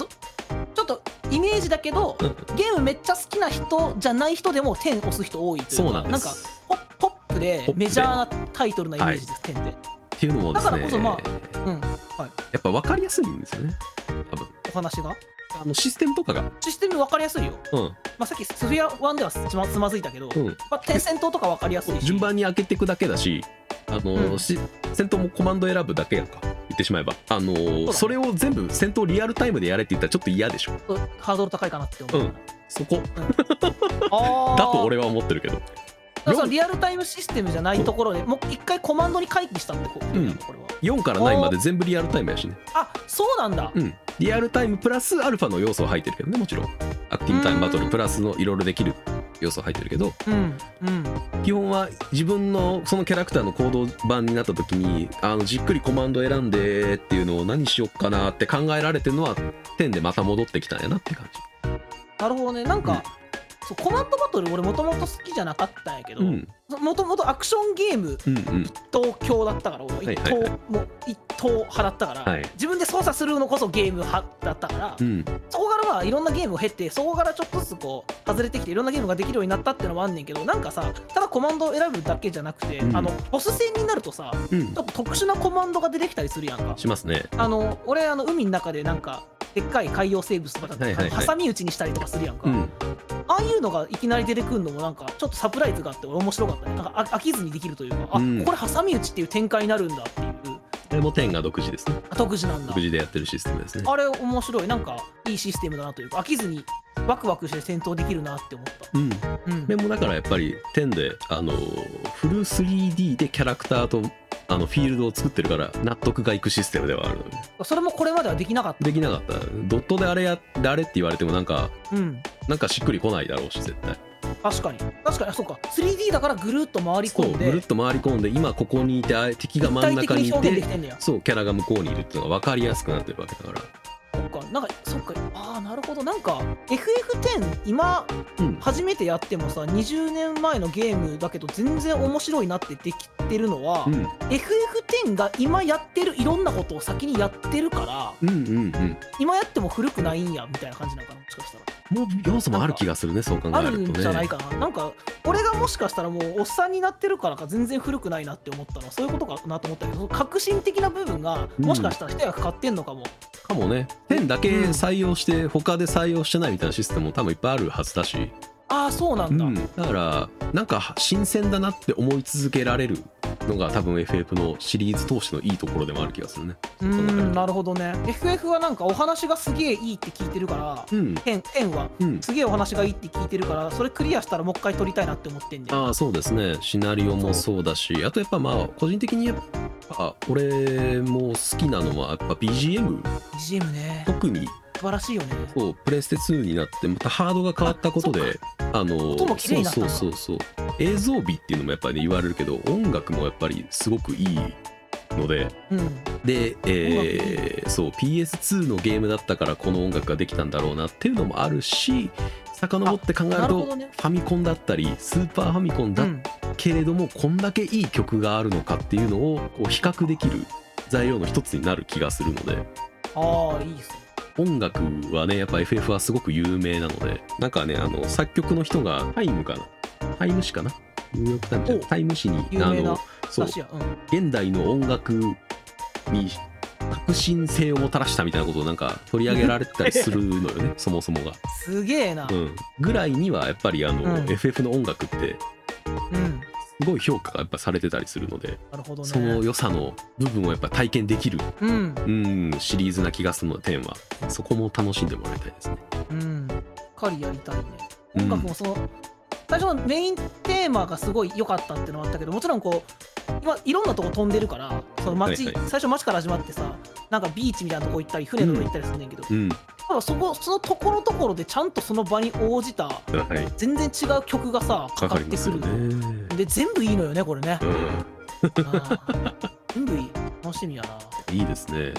ちょっとイメージだけど
うん
ゲームめっちゃ好きな人じゃない人でも天押す人多いというか
そうなんで
か
す
ポッポップで
ポップで
メジャーなタイトルなイメージです、天って
っていうのもですね
だからこそまうん
やっぱ分かりやすいんですよね多分
お話が
あのシステムとかが
システム分かりやすいよ、
うん
まあ、さっきスフィア1ではつまつまずいたけど、
うん
まあ、天戦闘とか分かりやすいし
順番に開けていくだけだしあの、
うん
し戦闘もコマンド選ぶだけやんか言ってしまえばあの
だね
それを全部戦闘リアルタイムでやれって言ったらちょっと嫌でしょ
ハードル高いかなって思う、
うんそこ
あ ー
だと俺は思ってるけど
だからそのリアルタイムシステムじゃないところでもう一回コマンドに回帰したってこと、
うん
これは
4から9まで全部リアルタイムやしね
あそうなんだ、
うんリアルタイムプラスアルファの要素は入ってるけどねもちろんアクティブタイムバトルプラスのいろいろできる要素は入ってるけど
うんうん、
基本は自分のそのキャラクターの行動版になった時にあのじっくりコマンド選んでっていうのを何しよっかなって考えられてるのは10でまた戻ってきたんやなって感じ
なるほどねなんか、
うん
そうコマンドバトル俺もともと好きじゃなかったんやけど
うん
もともとアクションゲーム
うんうん
一等強だったから俺は
はい
一
は
等、
いはい
もう一等派だったから、
はい
自分で操作するのこそゲーム派だったから、
うん
そこからはいろんなゲームを経てそこからちょっとずつこう外れてきていろんなゲームができるようになったってのもあんねんけどなんかさただコマンドを選ぶだけじゃなくて、
うん
あのボス戦になるとさ
うん
ちょっと特殊なコマンドが出てきたりするやんか
しますね
あの俺あの海の中でなんかでっかい海洋生物とかだった
はい
り
はいはい
あの挟み撃ちにしたりとかするやん
う
か、
ん
ああいうのがいきなり出てくるのもなんかちょっとサプライズがあって俺面白かったねなんかあ飽きずにできるというかあ、
うん
これ挟み撃ちっていう展開になるんだっていう
これも10が独自ですね
あ特殊なんだ
独自でやってるシステムですね
あれ面白いなんかいいシステムだなというか飽きずにワクワクして戦闘できるなって思っ
うん
た、うん
でもだからやっぱり10であのフル 3D でキャラクターとあのフィールドを作ってるから納得がいくシステムではあるので
それもこれまではできなかっ
できなかったドットであれやあれって言われてもなんか
たうん
なんかしっくりこないだろうし絶対
確かに確かにあそうか 3D だからぐるっと回り
そう
込ん
ぐるっ
で
と回り込んで今ここにいてあ敵が
立
真ん
体的
中に
に
い
表現で
て
きてんねや
そうキャラが向こうにいるっていうのが分かりやすくなってるわけだから
そっかなんかそっかああなるほどなんか FF10 年今
うん
初めてやってもさ20年前のゲームだけど全然面白いなってできてるのは、
うん
FF10 が今やってるいろんなことを先にやってるから
うんうんうん
今やっても古くないんやみたいな感じなのかなもしかしたら。
もう要素もある気がするねそう考
あ
え
る
る
ん
と
じゃない
ね
かな、なんか俺がもしかしたらもうおっさんになってるからか全然古くないなって思ったのはそういうことかなと思ったけどその革新的な部分が
うん
もしかしたら一役買ってんのかも、
かもね10だけ採用して他で採用してないみたいなシステムも多分いっぱいあるはずだし、
ああそうな
うん
だ、
ん、だからなんか新鮮だなって思い続けられるのが多分 FF のシリーズ通してのいいところでもある気がするね
うーんなるほどね FF はなんかお話がすげえいいって聞いてるから
うん
10 10は
うん
すげえお話がいいって聞いてるからそれクリアしたらもう一回撮りたいなって思ってんだよ
ああそうですねシナリオもそうだしあとやっぱまあ個人的にやっぱ俺も好きなのはやっぱ BGM
BGM ね
特に
素晴らしいよね
そうプレステ2になってまたハードが変わったこと
あ
であの
音も綺麗になった
そ
な
うそうそうそう映像美っていうのもやっぱり、ね、言われるけど音楽もやっぱりすごくいいので
う
で、
ん音楽
えーそう PS2 のゲームだったからこの音楽ができたんだろうなっていうのもあるし遡って考え
な
る
る
と
ほどね
ファミコンだったりスーパーファミコン
う
だっ
ん
けれどもこんだけいい曲があるのかっていうのをこう比較できる材料の一つになる気がするので
ああいいっすね
音楽はねやっぱ FF はすごく有名なのでなんかねあの作曲の人がタイムかなタイム誌かなニューヨークタイム誌
お
タイム誌に
有
あ
名な
のそう
だしやうん
現代の音楽に革新性をもたらしたみたいなことをなんか取り上げられてたりするのよ ねそもそもが、
すげえな
うん、ぐらいにはやっぱりあの、
うん
FF の音楽って
うん
すごい評価がやっぱされてたりするので
なるほどね
その良さの部分をやっぱ体験できる、
うん
うん、シリーズな気がするので10はそこも楽しんでもらいたいですね。
うんしっかりやりたいね
うん
音楽もその、最初のメインテーマがすごい良かったっていうのはあったけどもちろんこう今いろんなとこ飛んでるからその街、
はいはい
最初街から始まってさなんかビーチみたいなとこ行ったり船のとこ行ったりすんねんけど、
うん、
ただそこそのところどころでちゃんとその場に応じた
はい、
全然違う曲がさか
かか
かっ
り
て
ます
く
よ
る
ね。う
で全部いいのよねこ れね、あー全部いい楽しみやな、
ん、いいですね。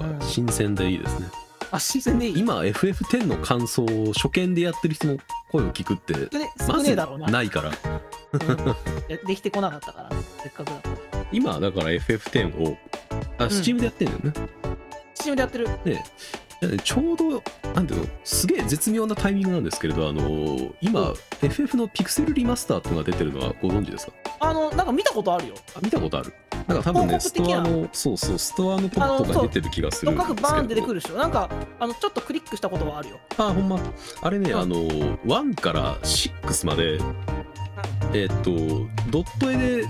うん、
新鮮でいいですね。
あ新鮮でいい
今 FF10 の感想を初見でやってる人の声を聞くって
少ね少
ま
ねえ
ず
だろうな、
ないから
うんでできてこなかったからせっかくだから
今だから FF10 をあ
ん
Steam でやってんだよね、
チームでやってる
でちょうどなんていうのすげえ絶妙なタイミングなんですけれどあのー今 FF のピクセルリマスターっていうのが出てるのはご存知ですか
あのなんか見たことあるよ
あ見たことあるなんか多分ね
広
ス
告
ト
的な
アのそうそうストアのポットが出てる気がする
と
んです
か
け
く
ど
バーン出てくるでしょなんかあのちょっとクリックしたことはあるよ
あほんまあれね、
うん
あの1から6までえっとドット絵で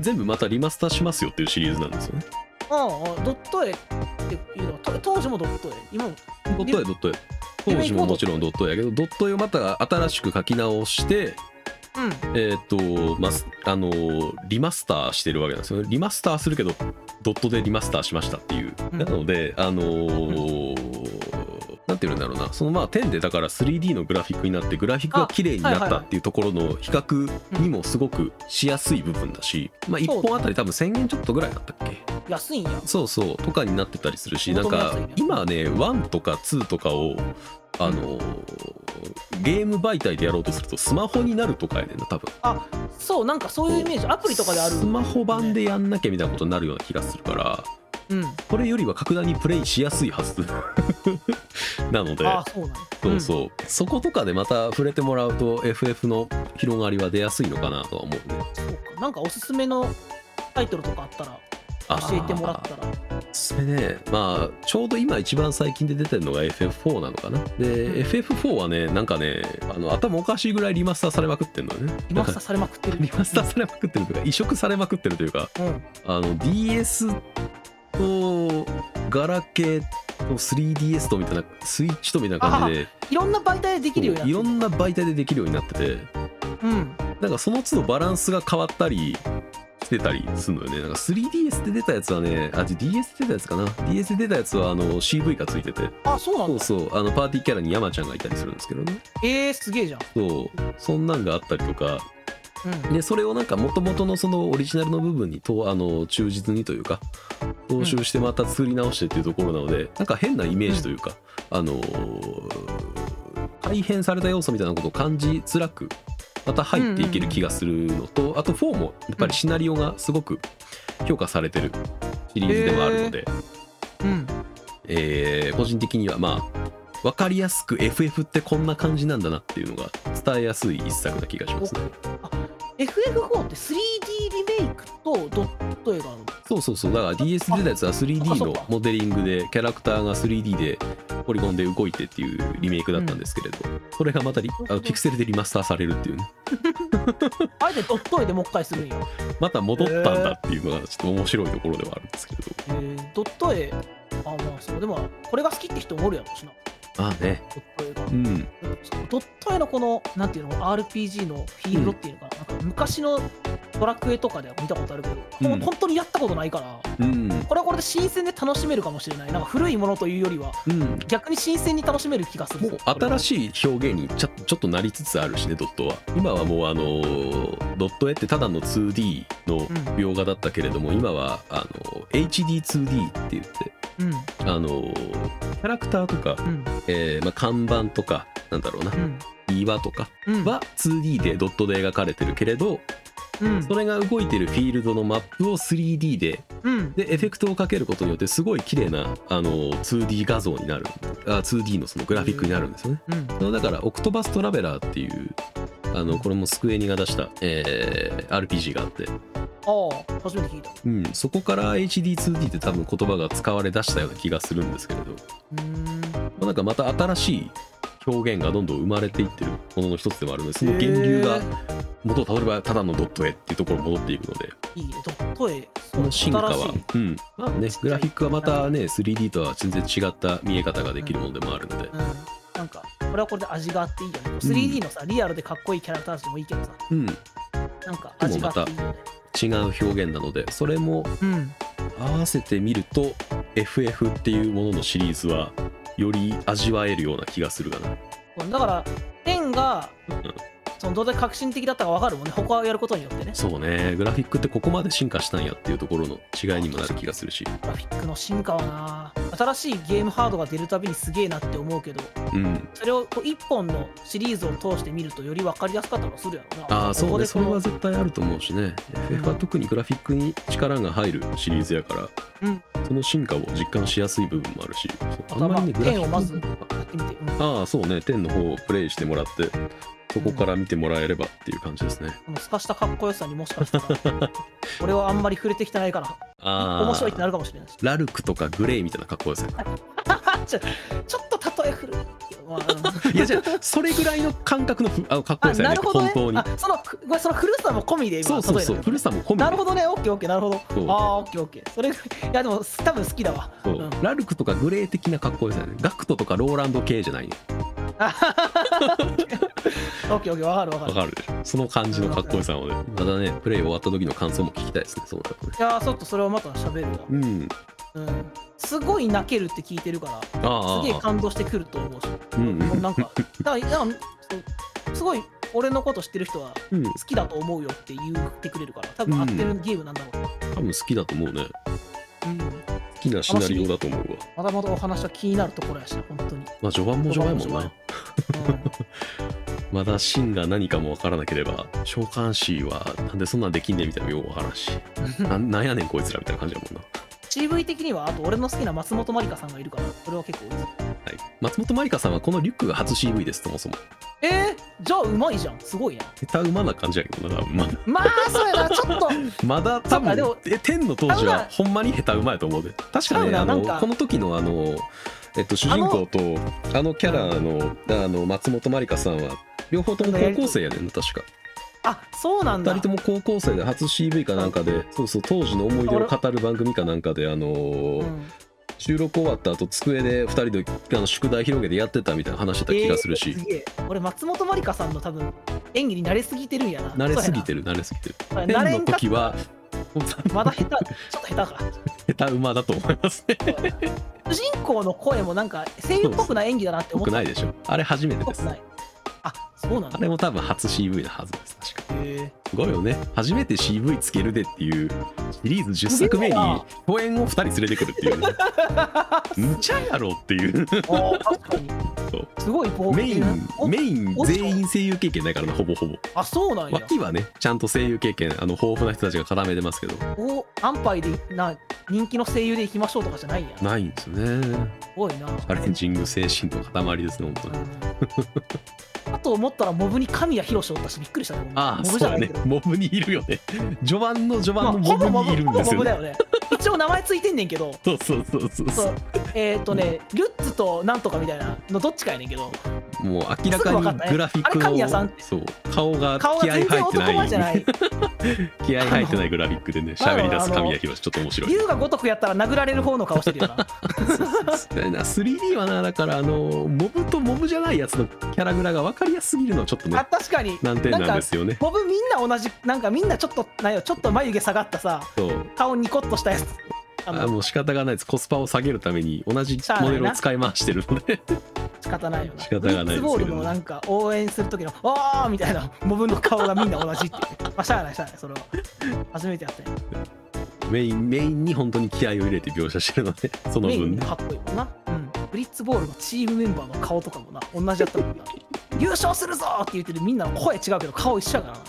全部またリマスターしますよっていうシリーズなんですよね
うんうんドット絵っていうのはと当時もドット絵今も
ドット絵ドット絵当時ももちろんドット絵やけどドット絵をまた新しく書き直して
うん
えっ、とまあすあのリマスターしてるわけなんですよねリマスターするけどドットでリマスターしましたっていう、
うん
なのであのーなんて言うんだろうなそのまあ10でだから 3D のグラフィックになってグラフィックが綺麗にな
あは
っ
いは
た
いはい
っていうところの比較にもすごくしやすい部分だし、まあ、1本あたり多分1000円ちょっとぐらいだったっけ
安いんや
そうそうとかになってたりするしなん
求めやすいね
か今ね1とか2とかをあのーゲーム媒体でやろうとするとスマホになるとかやねんな多分
あそうなんかそういうイメージアプリとかである
スマホ版でやんなきゃみたいなことになるような気がするから
うん
これよりは格段にプレイしやすいはず なので
あそうなんや
そうそう、そことかでまた触れてもらうと FF の広がりは出やすいのかなとは思うね
うんそうかなんかおすすめのタイトルとかあったら
あ
教えてもらったら
おすすめねまあちょうど今一番最近で出てるのが FF4 なのかなで、
うん
FF4 はねなんかねあの頭おかしいぐらいリマスターされまくってんのよね
リマスターされまくってる
リマスターされまくってるというか移植されまくってるというか
うんうん
あの DS とガラケーと 3DS とみたいなスイッチとみたいな感じで
いろんな媒体でできるよう
い
にな
ろ
って
んな媒体でできるようになってて
るうん
なんかその都度バランスが変わったりしてたりするのよねなんか 3DS で出たやつはねあ DS で出たやつかな DS で出たやつはあの CV がついてて
あそうな
そ
ん
う
だ
そうあのパーティーキャラに山ちゃんがいたりするんですけどね
えー、すげえじゃん
そうそんなんがあったりとか
うん
でそれをなんか元々のそのオリジナルの部分にとあの忠実にというか踏襲してまた作り直してっていうところなので、なんか変なイメージというか、あのー改変された要素みたいなことを感じづらくまた入っていける気がするのと、あと4もやっぱりシナリオがすごく評価されてるシリーズでもあるので、
うん
えー個人的にはまあ分かりやすく FF ってこんな感じなんだなっていうのが伝えやすい一作な気がしますね。
FF4 って 3D リメイクとドット絵があるの
そうそうそうだから DS 出たやつは
あ
3D
そっ
の
か
モデリングでキャラクターが 3D でポリゴンで動いてっていうリメイクだったんですけれど、それがまたリあのピクセルでリマスターされるっていうね
あえてドット絵でもう一回するんや、
また戻ったんだっていうのがちょっと面白いところではあるんですけれど
えー、ドット絵あまあそうでもこれが好きって人もおるやろうしな
まあね
ドット絵が
うん
ドット絵のこのなんていうの RPG のフィールドっていうのかな,、なんか昔のドラクエとかでは見たことあるけど、
うん
本当にやったことないから
うん
これはこれで新鮮で楽しめるかもしれないなんか古いものというよりは
うん
逆に新鮮に楽しめる気がする
もう新しい表現にちょちょっとなりつつあるしねドットは今はもうあのードット絵ってただの 2D の描画だったけれども、今はあの HD2D って言って
うんうん
あのーキャラクターとか、
うん
えーまあ、看板とかなんだろうな
うん
岩とか
うん
は 2D でドットで描かれてるけれど
うん
それが動いてるフィールドのマップを 3D で
うん
でエフェクトをかけることによってすごい綺麗なあの 2D 画像になるあ 2D のそのグラフィックになるんですよね。
うん
あのだから「オクトバストラベラー」っていうあのこれもスクエニが出した、えー RPG があって、
ああ初めて聞いた
うん、そこから HD2D って多分言葉が使われ出したような気がするんですけれど、ま
うーん
あ、なんかまた新しい表現がどんどん生まれていってるものの一つでもあるのでその源流が
へ
元をたどればただのドット絵っていうところに戻っていくので
えいいねドット絵
その進化は
新しい、
うんまあね
ちっ、ちゃい
グラフィックはまたね 3D とは全然違った見え方ができるものでもあるので
う、んなんかこれはこれで味があっていいよね 3D のさリアルでかっこいいキャラクターたちもいいけどさ
うん、違
なんか味があっていいよね
う表現なのでそれも
うん
合わせてみると FF っていうもののシリーズはより味わえるような気がするかな
そうだから10が
ん
そのどれだけ革新的だったか分かるもんね他をやることによってね
そうねグラフィックってここまで進化したんやっていうところの違いにもなる気がするし
グラフィックの進化はな新しいゲームハードが出るたびにすげえなって思うけど
うん
それをこう1本のシリーズを通して見るとより分かりやすかったりもするやろな
ああそうねそ
こ
れ
こ
は
でこ
絶対あると思うしね FF は特にグラフィックに力が入るシリーズやから、
うん
その進化を実感しやすい部分もあるし
あとはまあペンをまず
の方が
うやってみてうん
ああそうね10の方をプレイしてもらってそこから見てもらえればっていう感じですね、
このすかしたかっこよさにもしかした ら俺はあんまり触れてきてないから
ああ
面白いってなるかもしれないし
ラルクとかグレイみたいな格好ですよ
ちょちょっと例え古いけど、まあうん
いやじゃあそれぐらいの感覚のふあのかっこよ
あ
さや
な
ね
るほどね
本当に
あそのごめんその古さも込みで今
そうそう
例えた
そう
けど
古さも込みで
なるほどね、オッケーオッケー、なるほど。あ
そう
あー、オッケーオッケー。それ、いや、でも、多分好きだわ。
そう
うん
ラルクとかグレイ的な格好ですよねガクトとかローランド系じゃないね
あはははオッケーオッケー、わかるわか
わ
る。
かるでしょその感じのかっこよさをねただねプレイ終わった時の感想も聞きたいですねそうなるとね
いやー、ちょっとそれをまた喋るわ。
うん
うん。すごい泣けるって聞いてるから、
あ
すげえ
ああ
感動してくると思うし、
あうんう
もうんなんか、だから、なんかそうすごい、俺のこと知ってる人は、
うん
好きだと思うよって言ってくれるから、多分合ってるゲームなんだろう。
多分好きだと思うね
うん。
好きなシナリオだと思うわ
まだまだお話は気になるところやしな、本当に。
まあ序盤も序盤やもんな
うん
まだ芯が何かもわからなければ召喚師はなんでそんなんできんねんみたいなのようわからん しななんやねんこいつらみたいな感じやもんな
CV 的にはあと俺の好きな松本まりかさんがいるからそれは結構多いです
はい、松本まりかさんはこのリュックが初 CV ですそもそも
えー、じゃあうまいじゃんすごいな
下手馬な感じやけどな多分まだ
まあそうやなち ょっと
まだ多
そうかでも
分え天の当時
多分な
はほんまに下手馬やと思うで確か
多分
ね
な
あ
な
の
んか
この時のあのえっと主人公とあのキャラのあの松本まりかさんは両方とも高校生やねんな確か
あそうなん
2
だ
人とも高校生で初 CV かなんかでそうそう当時の思い出を語る番組かなんかであの
うん
収録終わった後机で2人であの宿題広げてやってたみたいな話してた気がする
えー
し、
げえ俺松本まりかさんの多分演技に慣れすぎてるんやな
慣れすぎてる慣れすぎてる
そうやな
天
慣れ
の
んか
時は
まだ下手ちょっと下手か
下手馬だと思いますね
主人公の声もなんか声優っぽくない演技だなって
よ
思っ
く
た
ないでしょあれ初めて
ぽ
で
く
す
ないあそうなん
あ
だ
れも多分初 CV なはずです確か
へえ
すごいよね初めて CV つけるでっていうシリーズ10作目に
すげえな
公演を2人連れてくるっていう ねむちゃやろっていう
あ確かに
そう
すごい冒険
メイン
お
メイン全員声優経験ないからなほぼほぼ
あそうなんや
脇はねちゃんと声優経験あの豊富な人たちが絡めてますけど
お安牌でな人気の声優で行きましょうとかじゃないんやす
ないんですよね
ごいな
チャレンジング精神の塊ですね本当に
うんあと思ったらモブに神谷博士おったしびっくりしたね
ああ
モ
そ
ブ
う
じゃな
だ
いけ
ね
ど、
モブにいるよね序盤の序
まあ
盤のモブにいるんで
ほぼ
す
モ
よ
ブだ
ね
よね一応名前ついてんねんけど
そうそうそうそう
そ
そう
えっ、とねルッツとなんとかみたいなのどっちかやねんけど
うもう明らか
すぐ分か
に
ったね
グラフィック
あれ神谷さん
の
って
そう顔が
顔が
気合入っ
全然
て
男
な
前
い
じゃない
気合入ってないグラフィックでね
あの
喋り出す
あの
神谷博士ちょっと面白い
龍が如くやったら殴られる方の顔してるよ な
だよな 3D はなだからあのモブとモブじゃないやつのキャラグラが分かりやすすぎるのはちょっと
あ
ね
確かに
難点なんですよね
モブみんな同じなんかみんなちょっとなんやちょっと眉毛下がったさ
そう
顔ニコッとしたやつあ
あ
の
もう仕方がないですコスパを下げるために同じ
しゃあない
モ
な
デルを使い回してるので
仕方ないよな
仕方がないですけどね
ブリッツボールのなんか応援する時の「おー!」みたいなモブの顔がみんな同じっていうまあしゃあないしゃあないそれは初めてやったよ
メインメインに本当に気合を入れて描写してるので その
メイ
分
ン
ね
かっこいいもんな、うん、ブリッツボールのチームメンバーの顔とかもな同じやったもんな優勝するぞーって言ってるみんなの声違うけど顔一緒やからな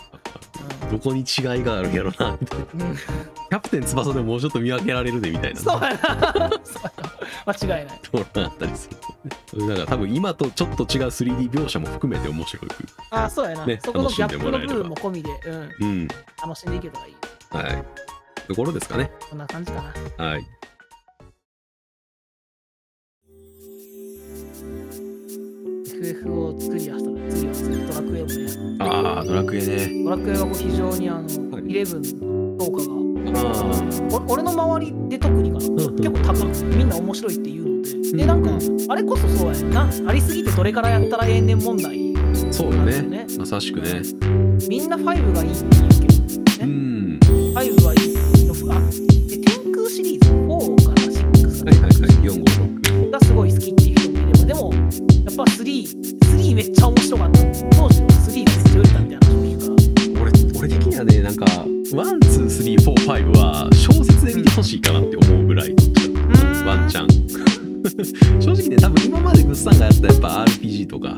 どこに違いがあるんやろなみたいな
うん、うん
キャプテン翼でももうちょっと見分けられるねみたいな
そうやなそうやな間違いない
ところがあったりするのでだから多分今とちょっと違う 3D 描写も含めて面白く
あそうやな、
ね
そこのギャ
楽し
ッ
んでも
プ
ら
の
えれ
部
ば
分も込みで、うん、
うん
楽しんでいけたらいい
はいところですかね
こんな感じかな
はい
FF を作り出したら次はドラクエをね
ああドラクエね
ドラクエはこう非常にあの
はい
11評価
あ
が
ー
お俺の周りで特にかな
うん
結構高くみんな面白いって言うので
う
で
ん
なんかあれこそそうやねんなありすぎてどれからやったら永年問題
そう
なん
よ
ですよ
ね
ね
まさしくね
みんな5がいいって言うけど
うん
5はいいのかあで天空シリーズ4から6
はいはいはい456
がすごい好きっていう人もいればでもやっぱ33めっちゃ面白かった当時の3が強いだみたいな話を聞くから
俺俺的にはねなんか12345は小説で見てほしいかなって思うぐらいワンチャン 正直ね多分今までグッサンがやったやっぱ RPG とか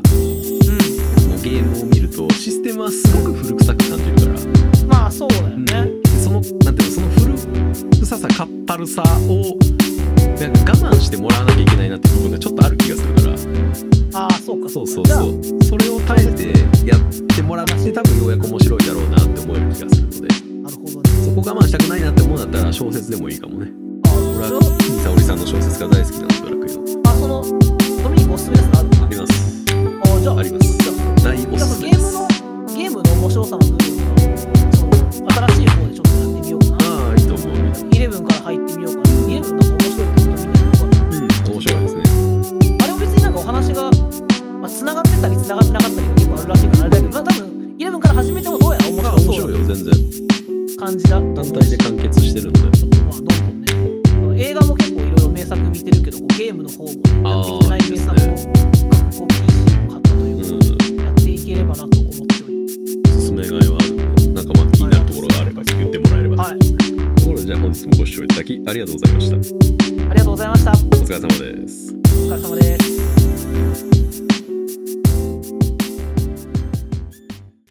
の
う
ゲームを見るとシステムはすごく古臭く感じるから、
んまあそうだよね
そのなんていうのその古臭さかったるさをなんか我慢してもらわなきゃいけないなって部分がちょっとある気がするから
ああそうか
そう
か
そうそうそれを耐えてやってもらって多分ようやく面白いだろうなって思える気がするので
なるほどね
そこ我慢したくないなって思うんだったら小説でもいいかもね
あー
俺
それ
は
は
金沙織さんの小説が大好きなんですドラクエの
あそのドミニクおすすめですかある
あります
あじゃあ
あります
じゃあ
大お
じゃあ
す
そ
す
の
め
ゲ
で
ー
す
ムのゲームの面白さの部分をその新しい方でちょっとやってみようかな
ああいいと思ううん
11から入ってみようかな11なんか面白いってことみたいなのが
面白いですね
あれも別になんかお話がまあ繋がってたり繋がってなかったりっていうのがあるらしいからあれだけどまあ多分11から始めてもどうやら面
まあ
白
面
そ
白
う
い
な
よ全然
感じだった
単体で完結してるので
まあ、どんどんね映画も結構いろいろ名作見てるけどこうゲームの方もねやってきてない名作もこう PC を買ったといううんかやっていければなと思っておりま
おすすめ買いはあるんでなんかまあ気になるところがあれば言ってもらえれば
すはい
ところでじゃあ本日もご視聴いただきありがとうございました
ありがとうございましたお
お疲れ様です
疲れ様です